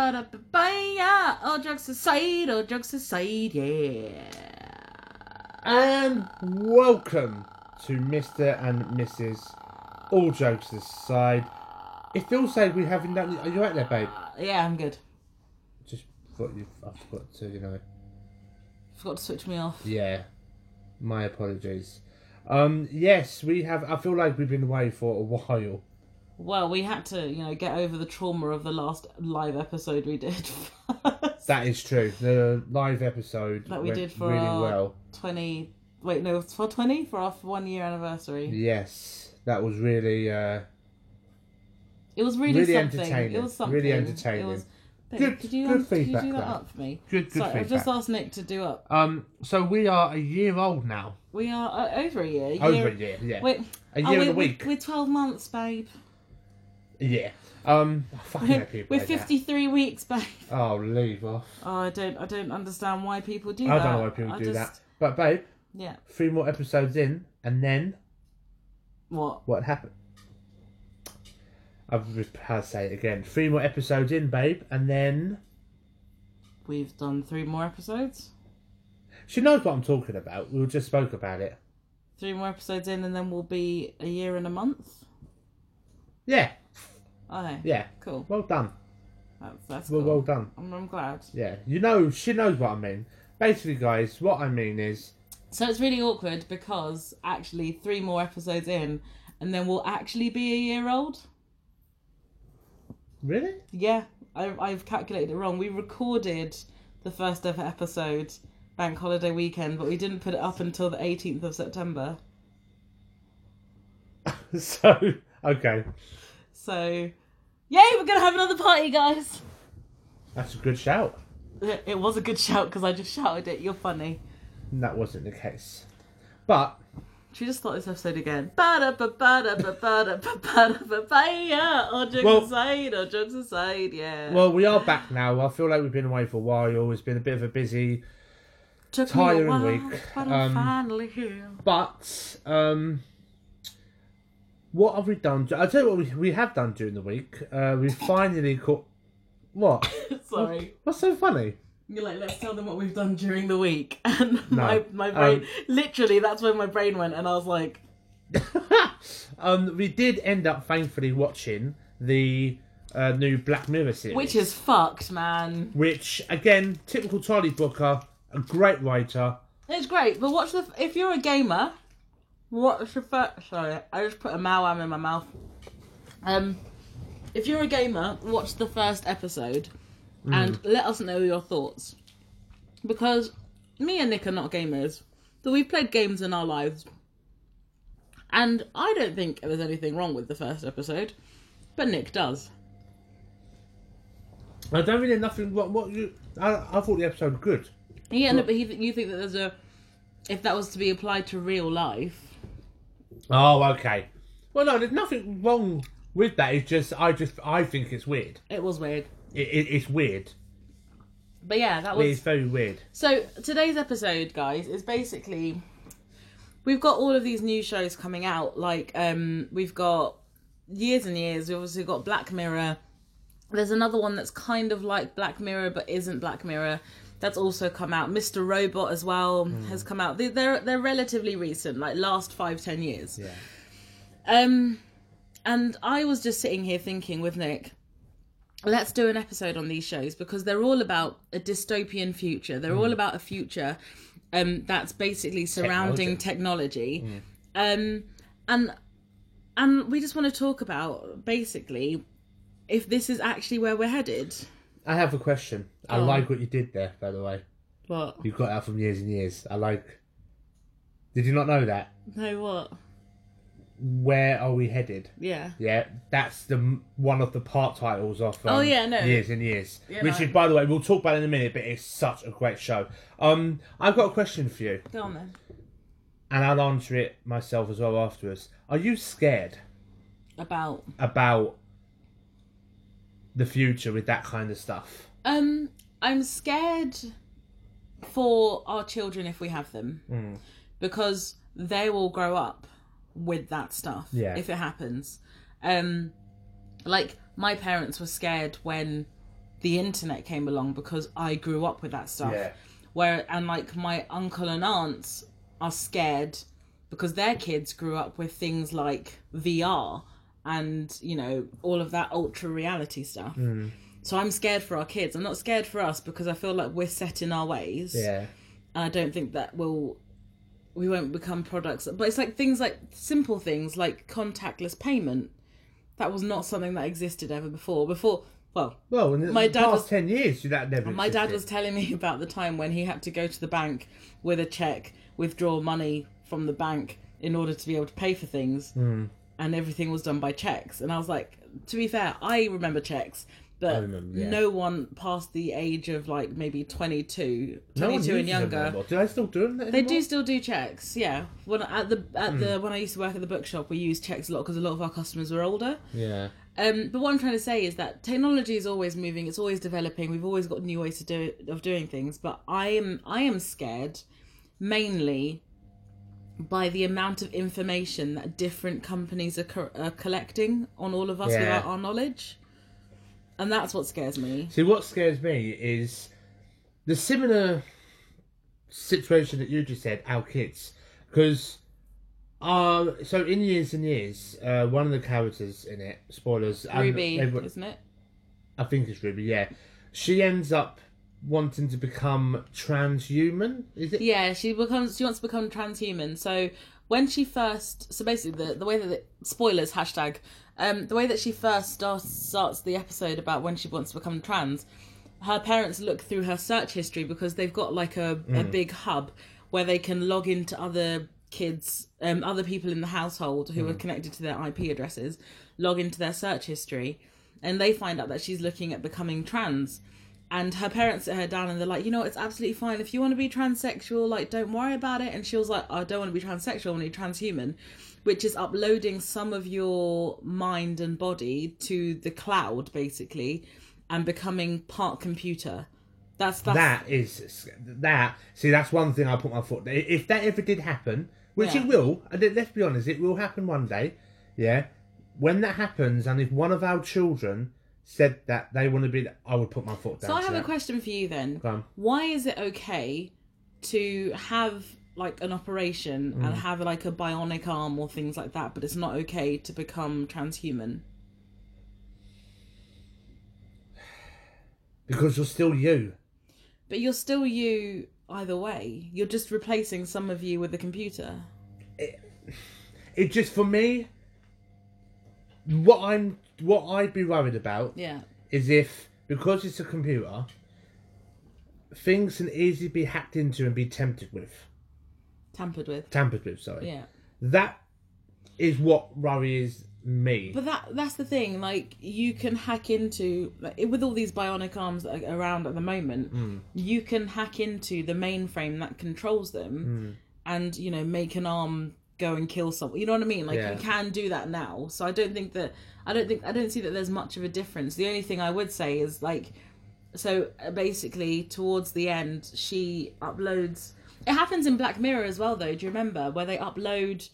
Ba-da-ba-ba-da-ba-ba-da-ba-ba-da-ba-ba-ya. All jokes aside, all jokes aside, yeah. And welcome to Mr. and Mrs. All Jokes Aside. It feels like we haven't done. Are you right there, babe? Yeah, I'm good. Just thought you. I forgot to, you know. Forgot to switch me off. Yeah. My apologies. Um, yes, we have. I feel like we've been away for a while. Well, we had to, you know, get over the trauma of the last live episode we did first. That is true. The live episode That we went did for really our- well. 20 wait no it's for 20 for our one year anniversary Yes, that was really uh, it was really, Really something entertaining. it was something Really it entertaining. was Babe, Good- did you, good um, did feedback, you do that though. up for me good. Good Sorry, I've feedback. just asked Nick to do up. Um, so we are a year old now. We are uh, over a year. year Over a year, yeah. Wait, a oh, year we're, and we're- a week. We're, 12 months, babe. yeah. Um, I fucking We're, hate people we're like 53 weeks, babe. That. Oh, leave off. Oh, I don't, I don't understand why people do I that. don't know why people I do just- that. But babe, Yeah. three more episodes in, and then What? what happened? I've I'll say it again. Three more episodes in, babe, and then We've done three more episodes. she knows what I'm talking about. We just spoke about it. Three more episodes in, and then we'll be a year and a month. Yeah, Oh, yeah. cool. Well done. That's, that's Well, cool. well done. I'm, I'm glad. Yeah, you know she knows what I mean. Basically, guys, what I mean is So it's really awkward because actually three more episodes in, and then we'll actually be a year old. really. Yeah, I, I've calculated it wrong. We recorded the first ever episode bank holiday weekend, but we didn't put it up until the 18th of September. So okay, So, yay, we're gonna have another party, guys. that's a good shout. It it was a good shout because I just shouted it. You're funny. And that wasn't the case, but Should we just start this episode again? Ba ba ba ba ba ba ba yeah. All jokes Well- aside, all jokes aside, yeah. well, we are back now. I feel like we've been away for a while. It's been a bit of a busy, Took tiring me a while, week. but I'm Um, finally here. but um, what have we done? I'll tell you what we, we have done during the week. Uh, we finally caught. What? Sorry. What's so funny? You're like, let's tell them what we've done during the week. And my, my Um, brain, literally, that's where my brain went. And I was like, um, we did end up thankfully watching the uh, new Black Mirror series, which is fucked, man. which again, typical Charlie Booker, a great writer. It's great, but watch the. f- If you're a gamer, watch the first. Sorry, I just put a malwam in my mouth. Um, if you're a gamer, watch the first episode and let us know your thoughts. Because me and Nick are not gamers, but we've played games in our lives. And I don't think there's anything wrong with the first episode, but Nick does. I don't really nothing. What what you? I, I thought the episode was good. Yeah, no, but he, you think that there's a. If that was to be applied to real life, Oh, okay. Well, no, there's nothing wrong with that. It's just I just I think it's weird. it was weird. It, it, it's weird. But yeah, that was. It's very weird. So today's episode, guys, is basically we've got all of these new shows coming out. Like um, we've got years and years. We've obviously got Black Mirror. There's another one that's kind of like Black Mirror but isn't Black Mirror. That's also come out. Mr. Robot as well has come out. They- They're they're relatively recent, like last five ten years. Yeah. Um, and I was just sitting here thinking with Nick, let's do an episode on these shows because they're all about a dystopian future. They're all about a future um, that's basically surrounding technology. Um, and and we just want to talk about basically if this is actually where we're headed. I have a question. I Oh. like what you did there, by the way. What? You got that from years and years. I like. Did you not know that? No, what? Where are we headed? Yeah. Yeah, that's the one of the part titles of. Um, Oh, yeah, no. Years and years, Yeah, which no. is by the way we'll talk about in a minute, but it's such a great show. Um, I've got a question for you. Go on then. and I'll answer it myself as well afterwards. Are you scared About about the future with that kind of stuff? Um, I'm scared for our children if we have them, Mm. because they will grow up with that stuff Yeah. if it happens. Um, like my parents were scared when the internet came along because I grew up with that stuff. Yeah. Where and like my uncle and aunts are scared because their kids grew up with things like VR and you know all of that ultra reality stuff. So I'm scared for our kids. I'm not scared for us because I feel like we're set in our ways Yeah. and I don't think that will we won't become products. But it's like things like simple things like contactless payment. That was not something that existed ever before. Before, well, Well, in the My the dad past was- ten years, that never. my dad was existed. telling me about the time when he had to go to the bank with a check, withdraw money from the bank in order to be able to pay for things, Hmm. and everything was done by checks. And I was like, to be fair, I remember checks, but I remember, yeah. no one past the age of like maybe 22, No 22 one and uses them younger anymore. Do I still do them? They do still do checks, yeah. When at the at Hmm. the when I used to work at the bookshop, we used checks a lot because a lot of our customers were older. Yeah. Um, but what I'm trying to say is that technology is always moving, it's always developing. We've always got new ways to do it, of doing things. But I am I am scared mainly by the amount of information that different companies are, co- are collecting on all of us Yeah. without our knowledge, and that's what scares me. See, what scares me is the similar situation that you just said, our kids. Because, uh, so in years and years, uh, one of the characters in it, spoilers, and Ruby, everyone- isn't it? I think it's Ruby, yeah. She ends up wanting to become transhuman, is it? Yeah, she becomes. She wants to become transhuman. So when she first, so basically the the way that the, spoilers hashtag, um, the way that she first starts starts the episode about when she wants to become trans, her parents look through her search history because they've got like a a big hub where they can log into other kids, um, other people in the household who are connected to their IP addresses, log into their search history, and they find out that she's looking at becoming trans and her parents sit her down and they're like, you know, it's absolutely fine. If you want to be transsexual, like, don't worry about it. And she was like, I don't want to be transsexual, I want to be transhuman, which is uploading some of your mind and body to the cloud, basically, and becoming part computer. That's that's That is that. See, that's one thing I put my foot. If that ever did happen, which Yeah. it will, and let- let's be honest, it will happen one day. Yeah, when that happens, and if one of our children said that they want to be, I would put my foot down. So I to have a that. question for you then. Go on. Why is it okay to have like an operation and have like a bionic arm or things like that, but it's not okay to become transhuman? Because you're still you. But you're still you either way. You're just replacing some of you with a computer. It just for me. What I'm, what I'd be worried about Yeah. is if because it's a computer, things can easily be hacked into and be tempted with, Tampered with. tampered with. Sorry. Yeah. That is what worries me. But that that's the thing. Like you can hack into like, with all these bionic arms that are around at the moment. You can hack into the mainframe that controls them, and you know make an arm go and kill someone. You know what I mean? Like Yeah. you can do that now. So I don't think that I don't think I don't see that there's much of a difference. The only thing I would say is like so uh, basically towards the end she uploads it happens in black mirror as well though do you remember where they upload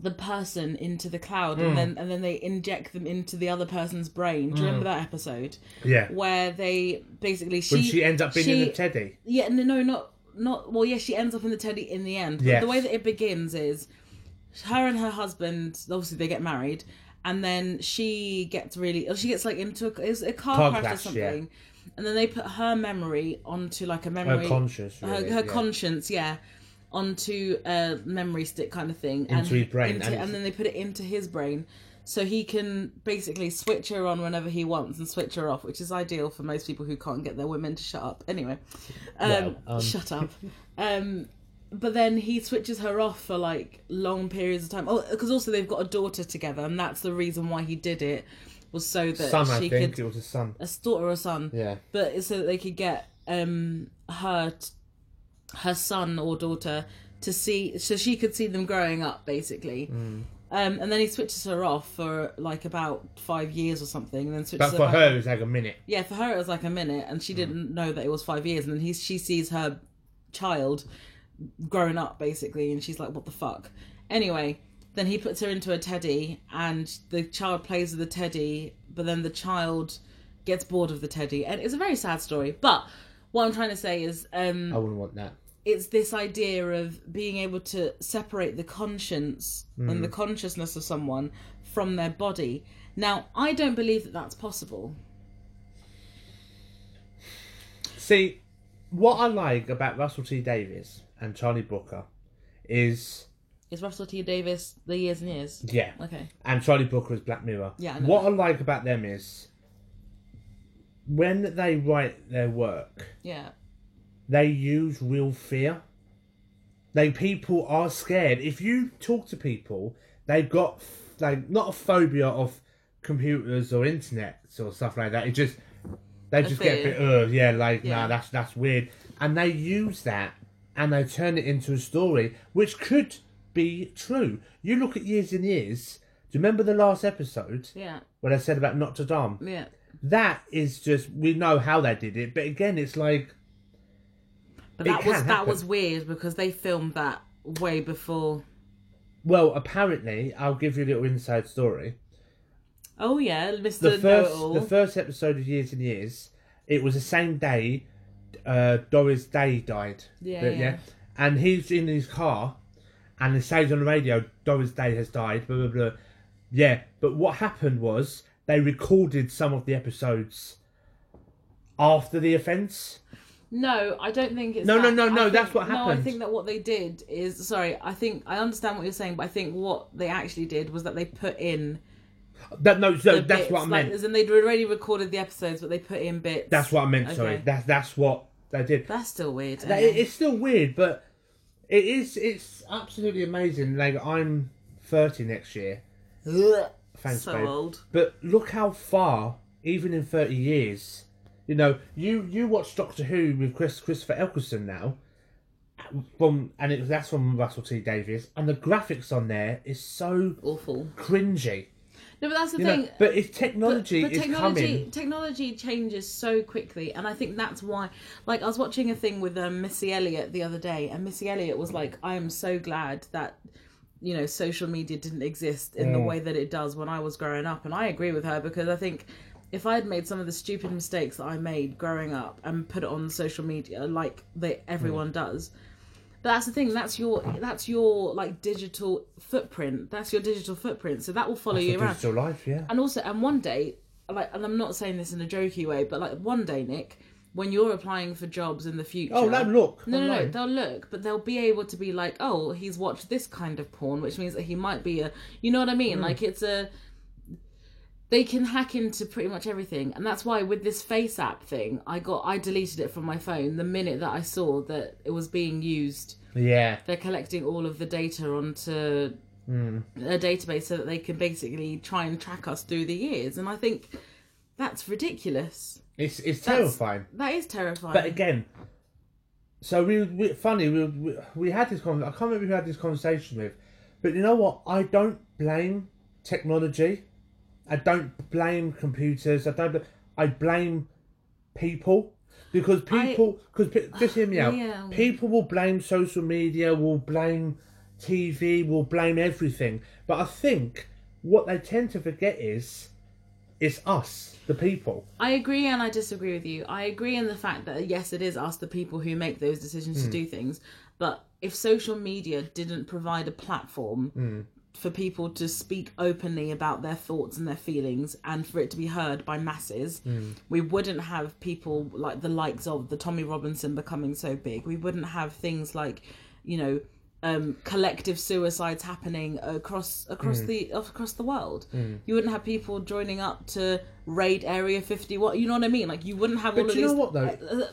the person into the cloud Hmm. and then and then they inject them into the other person's brain do you remember that episode yeah. where they basically she Hmm. When she ends up being she- in a teddy. yeah, no, no, not not. Well, yeah, she ends up in the teddy in the end. But Yes. the way that it begins is her and her husband. Obviously, they get married, and then she gets really. oh, She gets like into a, is it a car, Car crash, crash, or yeah. something, and then they put her memory onto like a Her memory conscious. her, Really, her yeah. conscience, yeah, onto a memory stick kind of thing, Into his brain, into- and- and, then they put it into his brain, so he can basically switch her on whenever he wants and switch her off, which is ideal for most people who can't get their women to shut up. Anyway, um, Well, um. shut up. um, but then he switches her off for like long periods of time. Oh, because also they've got a daughter together, and that's the reason why he did it was so that Son, she I think could it was a son. a daughter or a son Yeah. but it's so that they could get um her t- her son or daughter to see so she could see them growing up basically Mm. um and then he switches her off for like about five years or something and then switches But for back- her, it was like a minute. yeah for her it was like a minute and she didn't know that it was five years and then he she sees her child growing up basically and she's like what the fuck anyway Then he puts her into a teddy, and the child plays with the teddy, but then the child gets bored of the teddy, and it's a very sad story. But what I'm trying to say is, um, I wouldn't want that. it's this idea of being able to separate the conscience and the consciousness of someone from their body. Now, I don't believe that that's possible. See, what I like about Russell T Davies and Charlie Brooker is Is Russell T Davis the years and years? yeah, Okay. and Charlie Brooker is Black Mirror. Yeah, I know What I like about them is when they write their work, Yeah. they use real fear. They people are scared. If you talk to people, they've got like not a phobia of computers or internet or stuff like that. It just they just get a bit Ugh, yeah, like Yeah. nah, that's that's weird. And they use that and they turn it into a story which could be true. You look at years and years. Do you remember the last episode Yeah. when I said about Notre Dame? Yeah. That is just we know how they did it, but again, it's like But It that was can that was happen. weird because they filmed that way before. Well, apparently, I'll give you a little inside story. Oh yeah, Mr. The first, Know-it-all. the first episode of Years and Years, it was the same day uh, Doris Day died. Yeah, But, yeah. And he's in his car, and it says on the radio, Doris Day has died. Blah blah blah. Yeah, but what happened was they recorded some of the episodes after the offence. No, I don't think it's. No, that. no, no, I no, think- that's what No, I happened. think that what they did is sorry. I think I understand what you're saying, but I think what they actually did was that they put in. That no, no the that's bits, what I like, meant. As in they'd already recorded the episodes, but they put in bits. That's what I meant. Sorry, Okay. that's that's what they did. That's still weird. That- anyway. it- it's still weird, but it is. It's absolutely amazing. Like I'm 30 next year. Ugh, Thanks, so babe. old. But look how far, even in 30 years, you know. You you watch Doctor Who with Chris Christopher Eccleston now. From and it that's from Russell T Davies, and the graphics on there is so Awful. cringy. No, but that's the You thing. know, but if technology but is technology coming, technology changes so quickly and i think that's why like i was watching a thing with um, missy elliott the other day and missy elliott was like i am so glad that you know social media didn't exist in Mm. the way that it does when i was growing up and i agree with her because i think if i had made some of the stupid mistakes that i made growing up and put it on social media like they, everyone Mm. does but that's the thing that's your that's your like digital footprint that's your digital footprint so that will follow you around digital life, yeah. and also, and one day, like, and I'm not saying this in a jokey way, but like one day, Nick, when you're applying for jobs in the future, Oh, no, look. no, no, no, online. they'll look, but they'll be able to be like, oh, he's watched this kind of porn, which means that he might be a, you know what I Mm. mean? Like it's a, they can hack into pretty much everything, and that's why with this face app thing, I got, I deleted it from my phone the minute that I saw that it was being used Yeah. they're collecting all of the data onto a database so that they can basically try and track us through the years. And I think that's ridiculous. It's it's That's- terrifying. That is terrifying. But again, so we, we funny we, we we had this con. I can't remember who I had this conversation with, but you know what? I don't blame technology. I don't blame computers. I don't. bl- I blame people because people because just hear me out. Yeah. People will blame social media. Will blame TV. Will blame everything. But I think what they tend to forget is it's us, the people. I agree and I disagree with you. I agree in the fact that yes, it is us, the people who make those decisions to do things. But if social media didn't provide a platform for people to speak openly about their thoughts and their feelings and for it to be heard by masses, Mm. we wouldn't have people like the likes of the Tommy Robinson becoming so big. We wouldn't have things like, you know, um, collective suicides happening across across Mm. the across the world. You wouldn't have people joining up to raid Area Fifty. What you know what I mean? Like you wouldn't have all But of you know these. what, though? uh,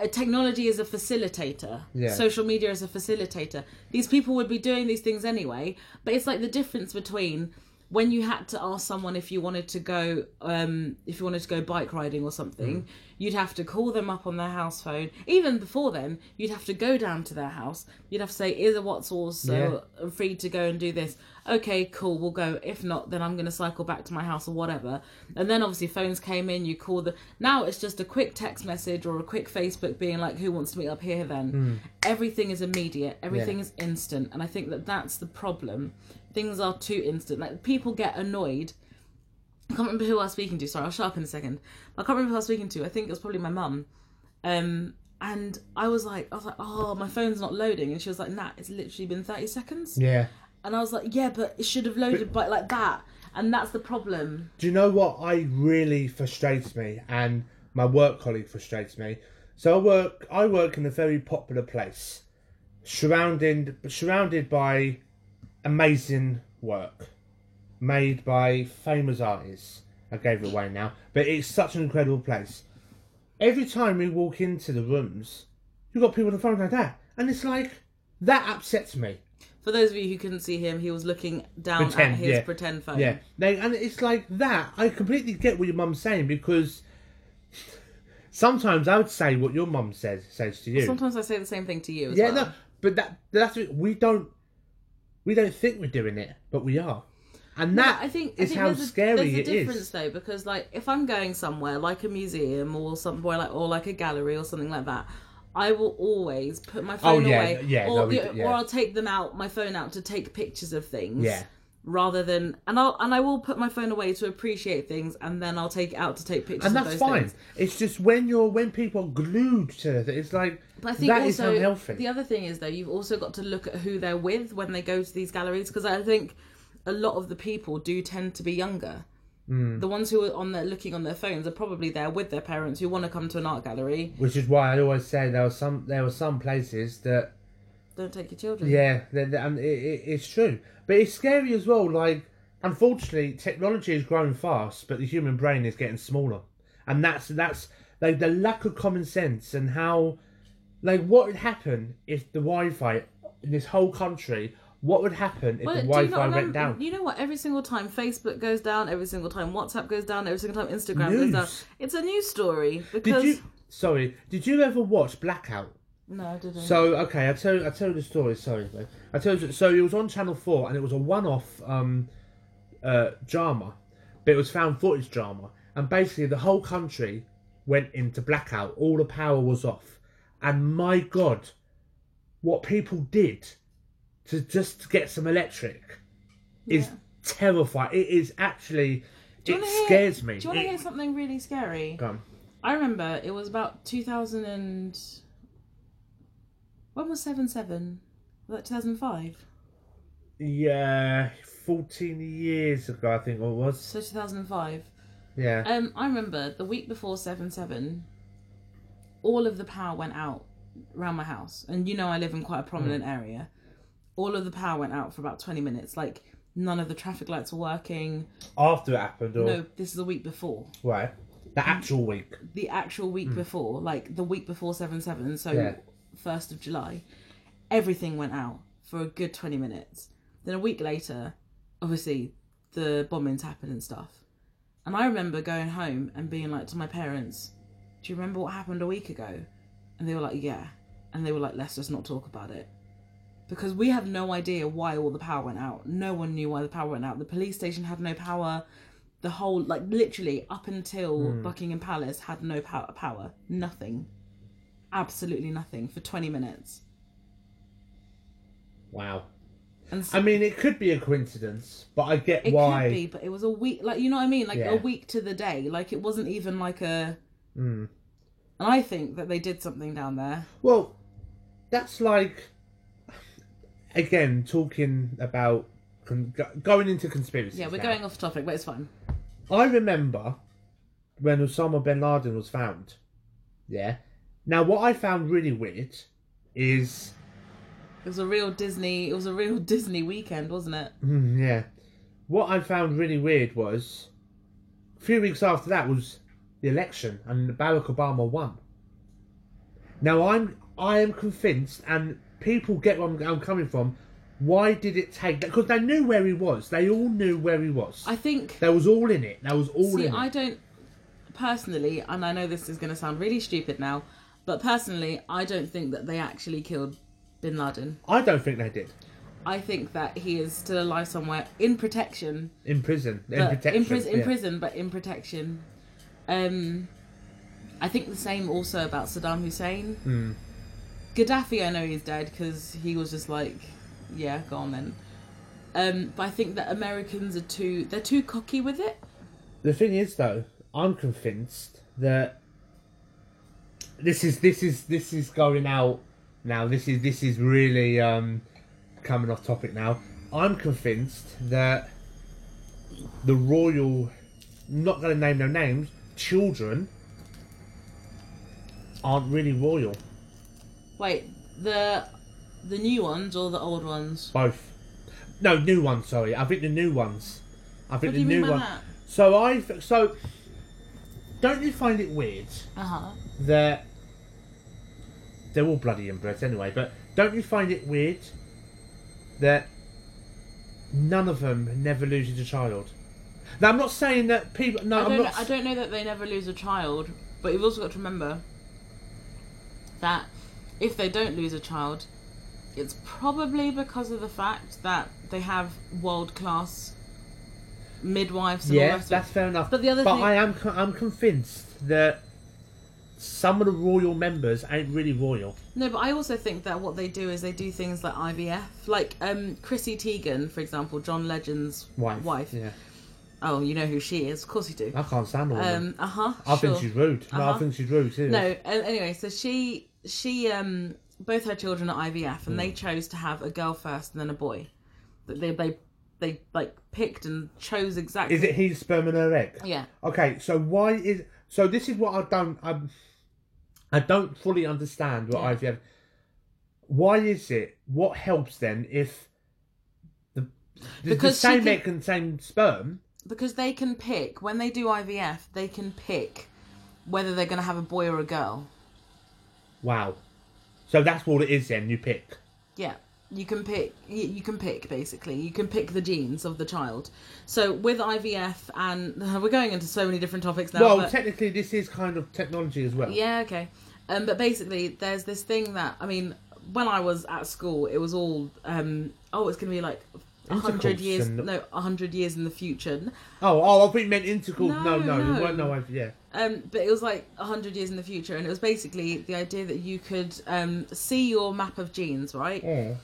uh, technology is a facilitator. Yeah. Social media is a facilitator. These people would be doing these things anyway. But it's like the difference between when you had to ask someone if you wanted to go um, if you wanted to go bike riding or something, you'd have to call them up on their house phone. Even before then, you'd have to go down to their house. You'd have to say, "Is a what's also free to go and do this?" Okay, cool, we'll go. If not, then I'm going to cycle back to my house or whatever. And then obviously phones came in. You call the now it's just a quick text message or a quick Facebook being like, "Who wants to meet up here?" Then everything is immediate. Everything Yeah. is instant, and I think that that's the problem things are too instant. Like people get annoyed. I can't remember who I was speaking to. Sorry, I'll shut up in a second. I can't remember who I was speaking to. I think it was probably my mum. Um, and I was like, I was like, oh, my phone's not loading, and she was like, nah, it's literally been thirty seconds. Yeah. And I was like, yeah, but it should have loaded by like that, and that's the problem. Do you know what I really frustrates me, and my work colleague frustrates me? So I work, I work in a very popular place, surrounded surrounded by amazing work made by famous artists. I gave it away now, but it's such an incredible place. Every time we walk into the rooms, you've got people on the phone like that, and it's like that upsets me. For those of you who couldn't see him, he was looking down Pretend, at his yeah. pretend phone. Yeah, they, and it's like that. I completely get what your mum's saying because sometimes I would say what your mum says says to you. Sometimes I say the same thing to you. As yeah, well. no, but that that's it. we don't we don't think we're doing it, but we are, and that I think is I think how there's a, scary there's a it difference is. though because like if I'm going somewhere like a museum or somewhere like or like a gallery or something like that, I will always put my phone Oh, yeah, away no- yeah, or no, we the- do- yeah. or I'll take them out my phone out to take pictures of things. Yeah. Rather than and I'll and I will put my phone away to appreciate things and then I'll take it out to take pictures And of that's those fine. things. It's just when you're when people are glued to it, it's like But I that is think also unhealthy. the other thing is though you've also got to look at who they're with when they go to these galleries because I think a lot of the people do tend to be younger. Hmm. The ones who are on their looking on their phones are probably there with their parents who want to come to an art gallery. Which is why I always say there are some there were some places that Don't take your children. Yeah, th- th- and it, it, it's true, but it's scary as well. Like, unfortunately, technology is growing fast, but the human brain is getting smaller, and that's that's like the lack of common sense and how, like, what would happen if the Wi-Fi in this whole country? What would happen if Well, the do you Wi-Fi not went remember- down? You know what? Every single time Facebook goes down, every single time WhatsApp goes down, every single time Instagram goes down. News. It's a news story because Did you? Sorry, did you ever watch Blackout? no, I didn't. So okay, I tell I tell you the story. Sorry, mate. I tell you, so it was on Channel Four, and it was a one-off um, uh, drama, but it was found footage drama, and basically the whole country went into blackout. All the power was off, and my God, what people did to just get some electric is Yeah. terrifying. It is actually do you it wanna hear- scares me. Do you want It- to hear something really scary? Go on. I remember it was about 2000 and... When was 7-7? Was that 2005? Yeah, fourteen years ago, I think it was. So 2005. Yeah. Um, I remember the week before 7-7, all of the power went out around my house. And you know I live in quite a prominent area. All of the power went out for about 20 minutes. Like, none of the traffic lights were working. After it happened, or No, this is the week before. Right. The actual week. the actual week before, like the week before seven seven, Yeah. so first of July, everything went out for a good twenty minutes. Then a week later, obviously the bombings happened and stuff. And I remember going home and being like to my parents, "Do you remember what happened a week ago?" And they were like, "Yeah," and they were like, "Let's just not talk about it." Because we have no idea why all the power went out. No one knew why the power went out. The police station had no power the whole like literally up until Hmm. Buckingham Palace had no power, power, nothing, absolutely nothing for twenty minutes. Wow. And s- I mean, it could be a coincidence, but I get it why. could be, but it was a week, like you know what I mean, like Yeah. a week to the day. Like it wasn't even like a. Hmm. And I think that they did something down there. Well, that's like, again, talking about con- go- going into conspiracy. Yeah, we're going off topic, but it's fine. I remember when Osama bin Laden was found. Yeah. Now, what I found really weird is It was a real Disney. It was a real Disney weekend, wasn't it? Mm, yeah. What I found really weird was a few weeks after that was the election and Barack Obama won. Now I'm I am convinced and people get where I'm, I'm coming from. Why did it take that? Because they knew where he was. They all knew where he was. I think. They was all in it. They was all See, in I it. don't personally, and I know this is going to sound really stupid now, but personally, I don't think that they actually killed Bin Laden. I don't think they did. I think that he is still alive somewhere in protection, In prison. In but protection. in, pris- in yeah. prison, but in protection. Um, I think the same also about Saddam Hussein. Hmm. Gaddafi, I know he's dead because he was just like, yeah, go on then. Um, but I think that Americans are too they're too cocky with it. The thing is, though, I'm convinced that this is this is this is going out now. This is this is really um, coming off topic now. I'm convinced that the royal, not going to name no names, children aren't really royal. Wait, the the new ones or the old ones? Both. No, new ones. Sorry, I think the new ones. I What do think the you new mean by one. that? So I so don't you find it weird Uh huh. that they're all bloody inbreds anyway? But don't you find it weird that none of them never loses a child? Now I'm not saying that people. No, I Uh, I'm don't. not. I don't know that they never lose a child, but you've also got to remember that if they don't lose a child, it's probably because of the fact that they have world class midwives. And all the Yeah, rest of that's fair enough. But the other thing- I am. co- I'm convinced that some of the royal members ain't really royal. No, but I also think that what they do is they do things like IVF, like um, Chrissy Teigen, for example, John Legend's Wife. Wife. Yeah. Oh, you know who she is, of course you do. I can't stand all of them. Um, uh huh. I think she's rude. No, I Uh-huh. think she's rude too. No, a- anyway, so she she um both her children are IVF, and they Hmm. chose to have a girl first and then a boy. But They they they like picked and chose exactly. Is it his sperm and her egg? Yeah. Okay, so why is so? This is what I don't. I, I don't fully understand what Yeah. IVF. Why is it? What helps then if the the, the Because she same can- egg and same sperm? because they can pick when they do IVF, they can pick whether they're going to have a boy or a girl. Wow. So that's what it is then. You pick. Yeah, you can pick. You, you can pick basically. You can pick the genes of the child. So with IVF, and we're going into so many different topics now. Well, but- technically, this is kind of technology as well. Yeah, okay. Um, but basically, there's this thing that I mean, when I was at school, it was all um, oh, it's gonna be like a hundred Intercourse years, and- no, a hundred years in the future. Oh, oh, I think you meant intercourse. No, No, no, no. no. there weren't no IVF. Yeah. Um, but it was like a hundred years in the future, and it was basically the idea that you could um, see your map of genes, right? Yeah.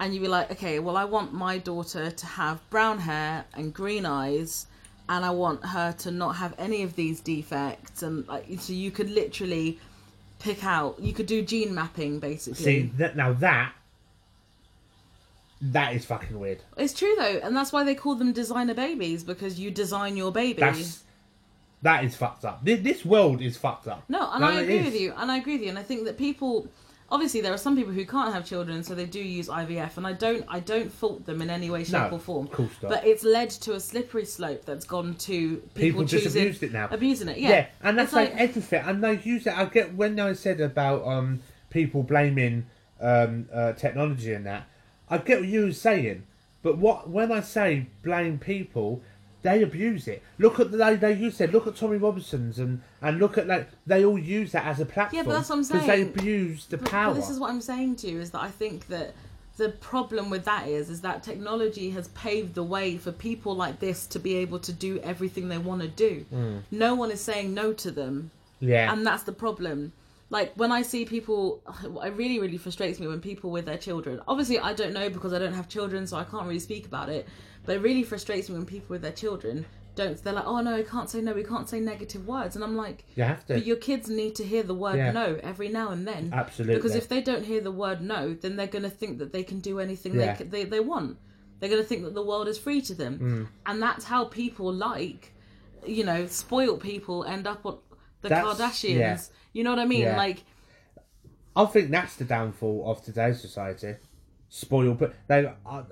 and you'd be like, okay, well, I want my daughter to have brown hair and green eyes, and I want her to not have any of these defects, and like, so you could literally pick out, you could do gene mapping basically. See that now that that is fucking weird. It's true though, and that's why they call them designer babies because you design your baby. That's that is fucked up. This, this world is fucked up. No, and No, I it agree is. with you, and I agree with you, and I think that people. Obviously, there are some people who can't have children, so they do use IVF, and I don't, I don't fault them in any way, shape, No, or form. of course not. But it's led to a slippery slope that's gone to people, People just choosing abused it now. abusing it. Yeah, Yeah, and that's It's like, everything. And they use it. I get when I said about um people blaming um uh, technology and that. I get what you were saying, but what when I say blame people, they abuse it. Look at they they you said. Look at Tommy Robinson's and and look at like they all use that as a platform. that's what I'm saying. because they abuse the But- power. But this is what I'm saying to you is that I think that the problem with that is is that technology has paved the way for people like this to be able to do everything they want to do. No one is saying no to them, Hmm. yeah, and that's the problem. Like when I see people, it really really frustrates me when people with their children. Obviously, I don't know because I don't have children, so I can't really speak about it. But it really frustrates me when people with their children don't. They're like, oh no, I can't say no. We can't say negative words, and I'm like, you have to. but your kids need to hear the word Yeah. no every now and then. Absolutely. Because if they don't hear the word no, then they're going to think that they can do anything Yeah. they, c- they they want. They're going to think that the world is free to them. Hmm. And that's how people like, you know, spoiled people end up on the That's- Kardashians. yeah. You know what I mean? Yeah. Like, I think that's the downfall of today's society. Spoiled, but they are.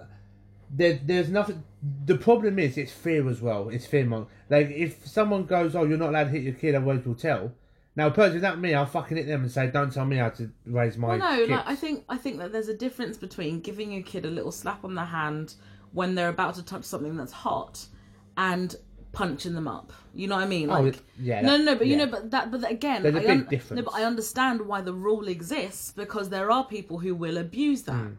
There, there's nothing. The problem is it's fear as well. It's fear mong. Like if someone goes, "Oh, you're not allowed to hit your kid, otherwise we'll tell." Now, personally, without me, I'll fucking hit them and say, "Don't tell me how to raise my." well, no, kids." like I think I think that there's a difference between giving your kid a little slap on the hand when they're about to touch something that's hot, and punching them up. You know what I mean? Oh, Like, it- yeah, No, that- no, no. But you yeah. know, but that, but that- again, There's a I big difference. No, but I understand why the rule exists because there are people who will abuse that. Mm.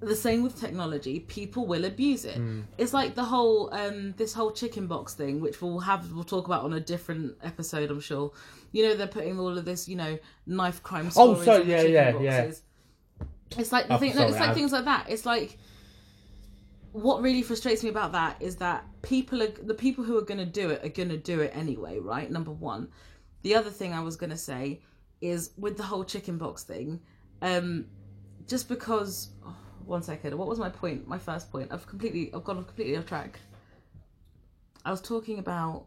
The same with technology, people will abuse it. Hmm. It's like the whole um, this whole chicken box thing, which we'll have we'll talk about on a different episode, I'm sure. You know, they're putting all of this, you know, knife crime stories. so- in the Oh, yeah, chicken yeah, yeah. boxes. It's like the Oh, thing, no, sorry, it's like I- things like that. It's like what really frustrates me about that is that people are the people who are going to do it are going to do it anyway, right? Number one. The other thing I was going to say is with the whole chicken box thing, um, just because. oh, one second. What was my point? My first point. I've completely. I've gone completely off track. I was talking about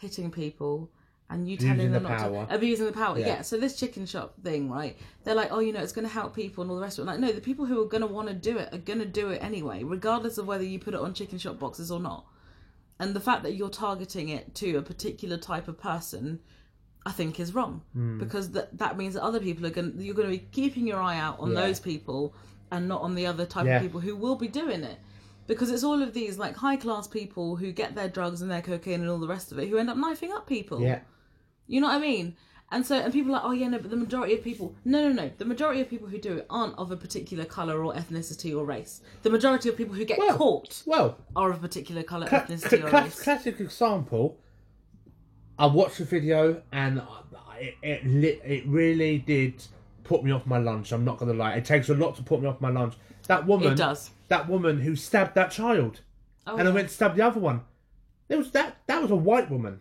hitting people and you telling Abusing them the not power. to abusing the power. Yeah. Yeah. So this chicken shop thing, right? They're like, oh, you know, it's going to help people and all the rest of it. Like, no, the people who are going to want to do it are going to do it anyway, regardless of whether you put it on chicken shop boxes or not. And the fact that you're targeting it to a particular type of person, I think, is wrong Hmm. because that that means that other people are going. to You're going to be keeping your eye out on Yeah. those people and not on the other type Yeah. of people who will be doing it. Because it's all of these like high class people who get their drugs and their cocaine and all the rest of it who end up knifing up people. Yeah. You know what I mean? And so, and people are like, oh yeah, no, but the majority of people, no, no, no, the majority of people who do it aren't of a particular color or ethnicity or race. The majority of people who get Well, caught Well, are of a particular color, cla- ethnicity, cla- or cla- race. classic example. I watched the video and I- it it, lit, it really did put me off my lunch. I'm not gonna lie. It takes a lot to put me off my lunch. That woman, It does. that woman who stabbed that child, Oh, and I yeah. went to stab the other one. It was that that was a white woman.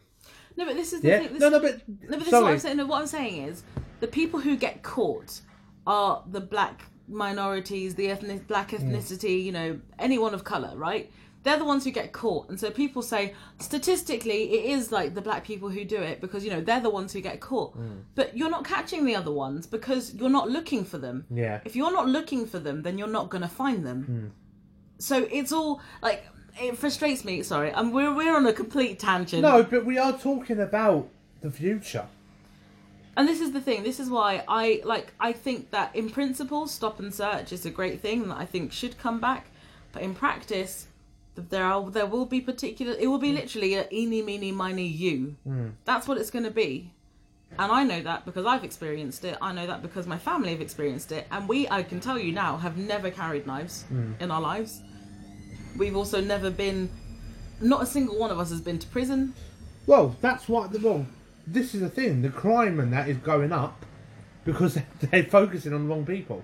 no, but this is the Yeah. thing. This, no, no, but No, but this is what sorry. I'm saying. No, what I'm saying is the people who get caught are the black minorities, the ethnic black Mm. ethnicity, you know, anyone of color, right? They're the ones who get caught, and so people say statistically it is like the black people who do it because you know they're the ones who get caught. Mm. But you're not catching the other ones because you're not looking for them. Yeah. Mm. If you're not looking for them, then you're not going to find them. So it's all like it frustrates me. Sorry, and we're we're on a complete tangent. No, but we are talking about the future. And this is the thing. This is why I like. I think that in principle, stop and search is a great thing that I think should come back. But in practice, th- there are there will be particular. It will be literally a eeny, meeny, miny, you. That's what it's going to be. And I know that because I've experienced it. I know that because my family have experienced it. And we, I can tell you now, have never carried knives in our lives. We've also never been. Not a single one of us has been to prison. Well, that's what the well. This is the thing. The crime and that is going up because they're focusing on the wrong people.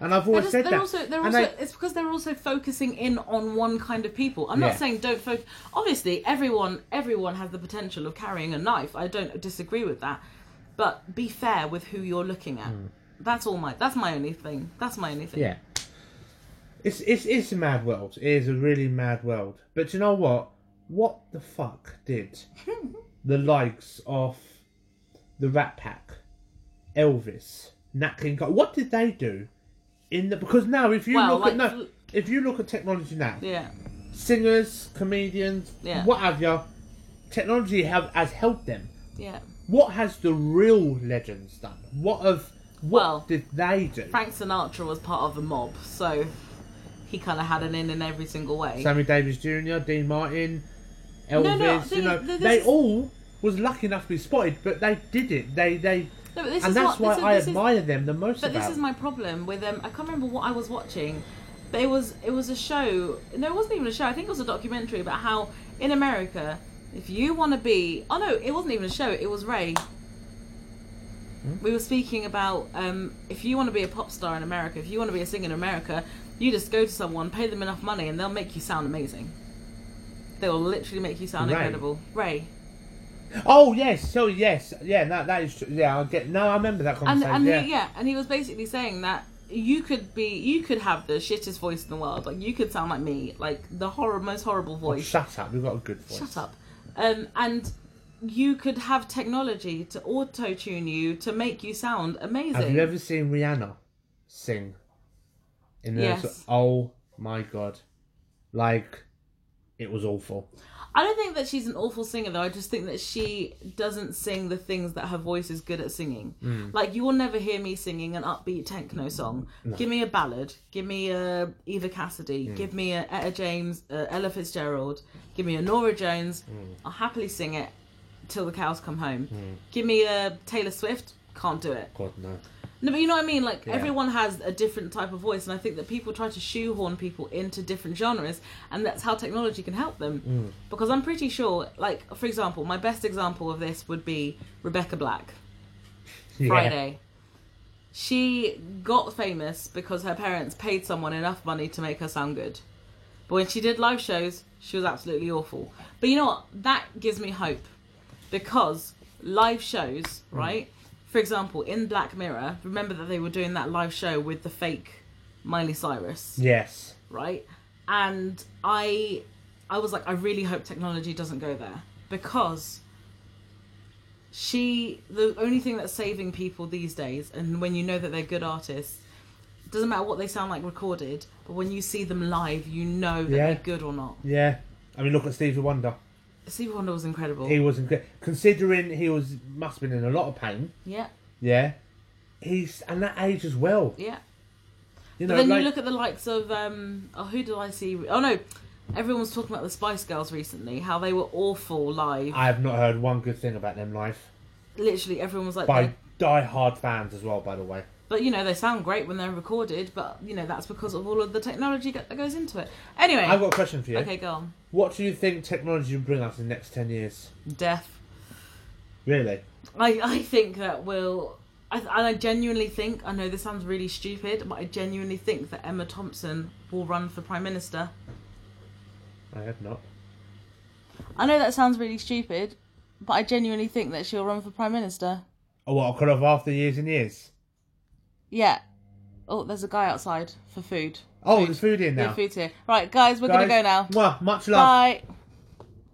And I've They're always just- said they're that. also, they're and also, it's because they're also focusing in on one kind of people. I'm Yeah. not saying don't focus. Obviously, everyone everyone has the potential of carrying a knife. I don't disagree with that, but be fair with who you're looking at. That's all my. That's my only thing. That's my only thing. Hmm. yeah. It's it's it's a mad world. It is a really mad world. But you know what? What the fuck did the likes of the Rat Pack, Elvis, Nat King Cole? What did they do? In the because now if you Well, look at like- no, if you look at technology now, Yeah. singers, comedians, Yeah. what have you, technology have, has helped them. Yeah. What has the real legends done? What have what Well, did they do? Frank Sinatra was part of the mob, so he kind of had an in in every single way. Sammy Davis Jr., Dean Martin, Elvis, No, no, you the- know, the- this they is- all was lucky enough to be spotted, but they did it. They they no, but this and is that's what, why this is, I this is- admire them the most But about. this is my problem with um. I can't remember what I was watching, but it was it was a show. No, it wasn't even a show. I think it was a documentary about how in America, if you want to be. Oh no, it wasn't even a show. It was Ray. Hmm? We were speaking about um, if you want to be a pop star in America, if you want to be a singer in America, you just go to someone, pay them enough money, and they'll make you sound amazing. They will literally make you sound Ray. incredible. Ray. oh yes, so yes, yeah, that that is true. Yeah, I get. No, I remember that and conversation. and yeah. He, yeah, and he was basically saying that you could be, you could have the shittest voice in the world, like you could sound like me, like the horror, most horrible Oh, voice. shut up! We've got a good voice. Shut up. Um, and you could have technology to auto tune you to make you sound amazing. Have you ever seen Rihanna sing? In the Yes. oh my god, like it was awful. I don't think that she's an awful singer though. I just think that she doesn't sing the things that her voice is good at singing. Like you will never hear me singing an upbeat techno song. Give me a ballad. Give me a Eva Cassidy. Give me a Etta James, uh, Ella Fitzgerald. Give me a Nora Jones. I'll happily sing it till the cows come home. Give me a Taylor Swift. Can't do it. God no. No, but you know what I mean. Like everyone has a different type of voice, and I think that people try to shoehorn people into different genres, and that's how technology can help them. Because I'm pretty sure, like for example, my best example of this would be Rebecca Black. Yeah. Friday. She got famous because her parents paid someone enough money to make her sound good. But when she did live shows, she was absolutely awful. But you know what? That gives me hope because live shows, right? For example, in Black Mirror, remember that they were doing that live show with the fake Miley Cyrus, Yes. right? And I I was like I really hope technology doesn't go there because she the only thing that's saving people these days and when you know that they're good artists doesn't matter what they sound like recorded, but when you see them live, you know that Yeah. they're good or not. Yeah. I mean, look at Stevie Wonder. Stevie Wonder was incredible. He was incre- considering he was must have been in a lot of pain. yeah, Yeah. He's and that age as well. yeah. You But know, then like, you look at the likes of um, oh, who did I see? Oh no, everyone was talking about the Spice Girls recently. How they were awful live. I have not heard one good thing about them live Literally, everyone was like, by they- die-hard fans as well. By the way, but you know they sound great when they're recorded. But you know that's because of all of the technology go- that goes into it. Anyway, I've got a question for you. okay, go on. What do you think technology will bring us in the next ten years? Death. Really? I, I think that will. I, and I genuinely think, I know this sounds really stupid, but I genuinely think that Emma Thompson will run for Prime Minister. I have not. I know that sounds really stupid, but I genuinely think that she'll run for Prime Minister. Oh, what? I could have after years and years. Yeah. Oh, there's a guy outside for food. Oh, there's food in No now. food's here. Right, guys, we're going to Guys, go now. Mwah, much love. Bye.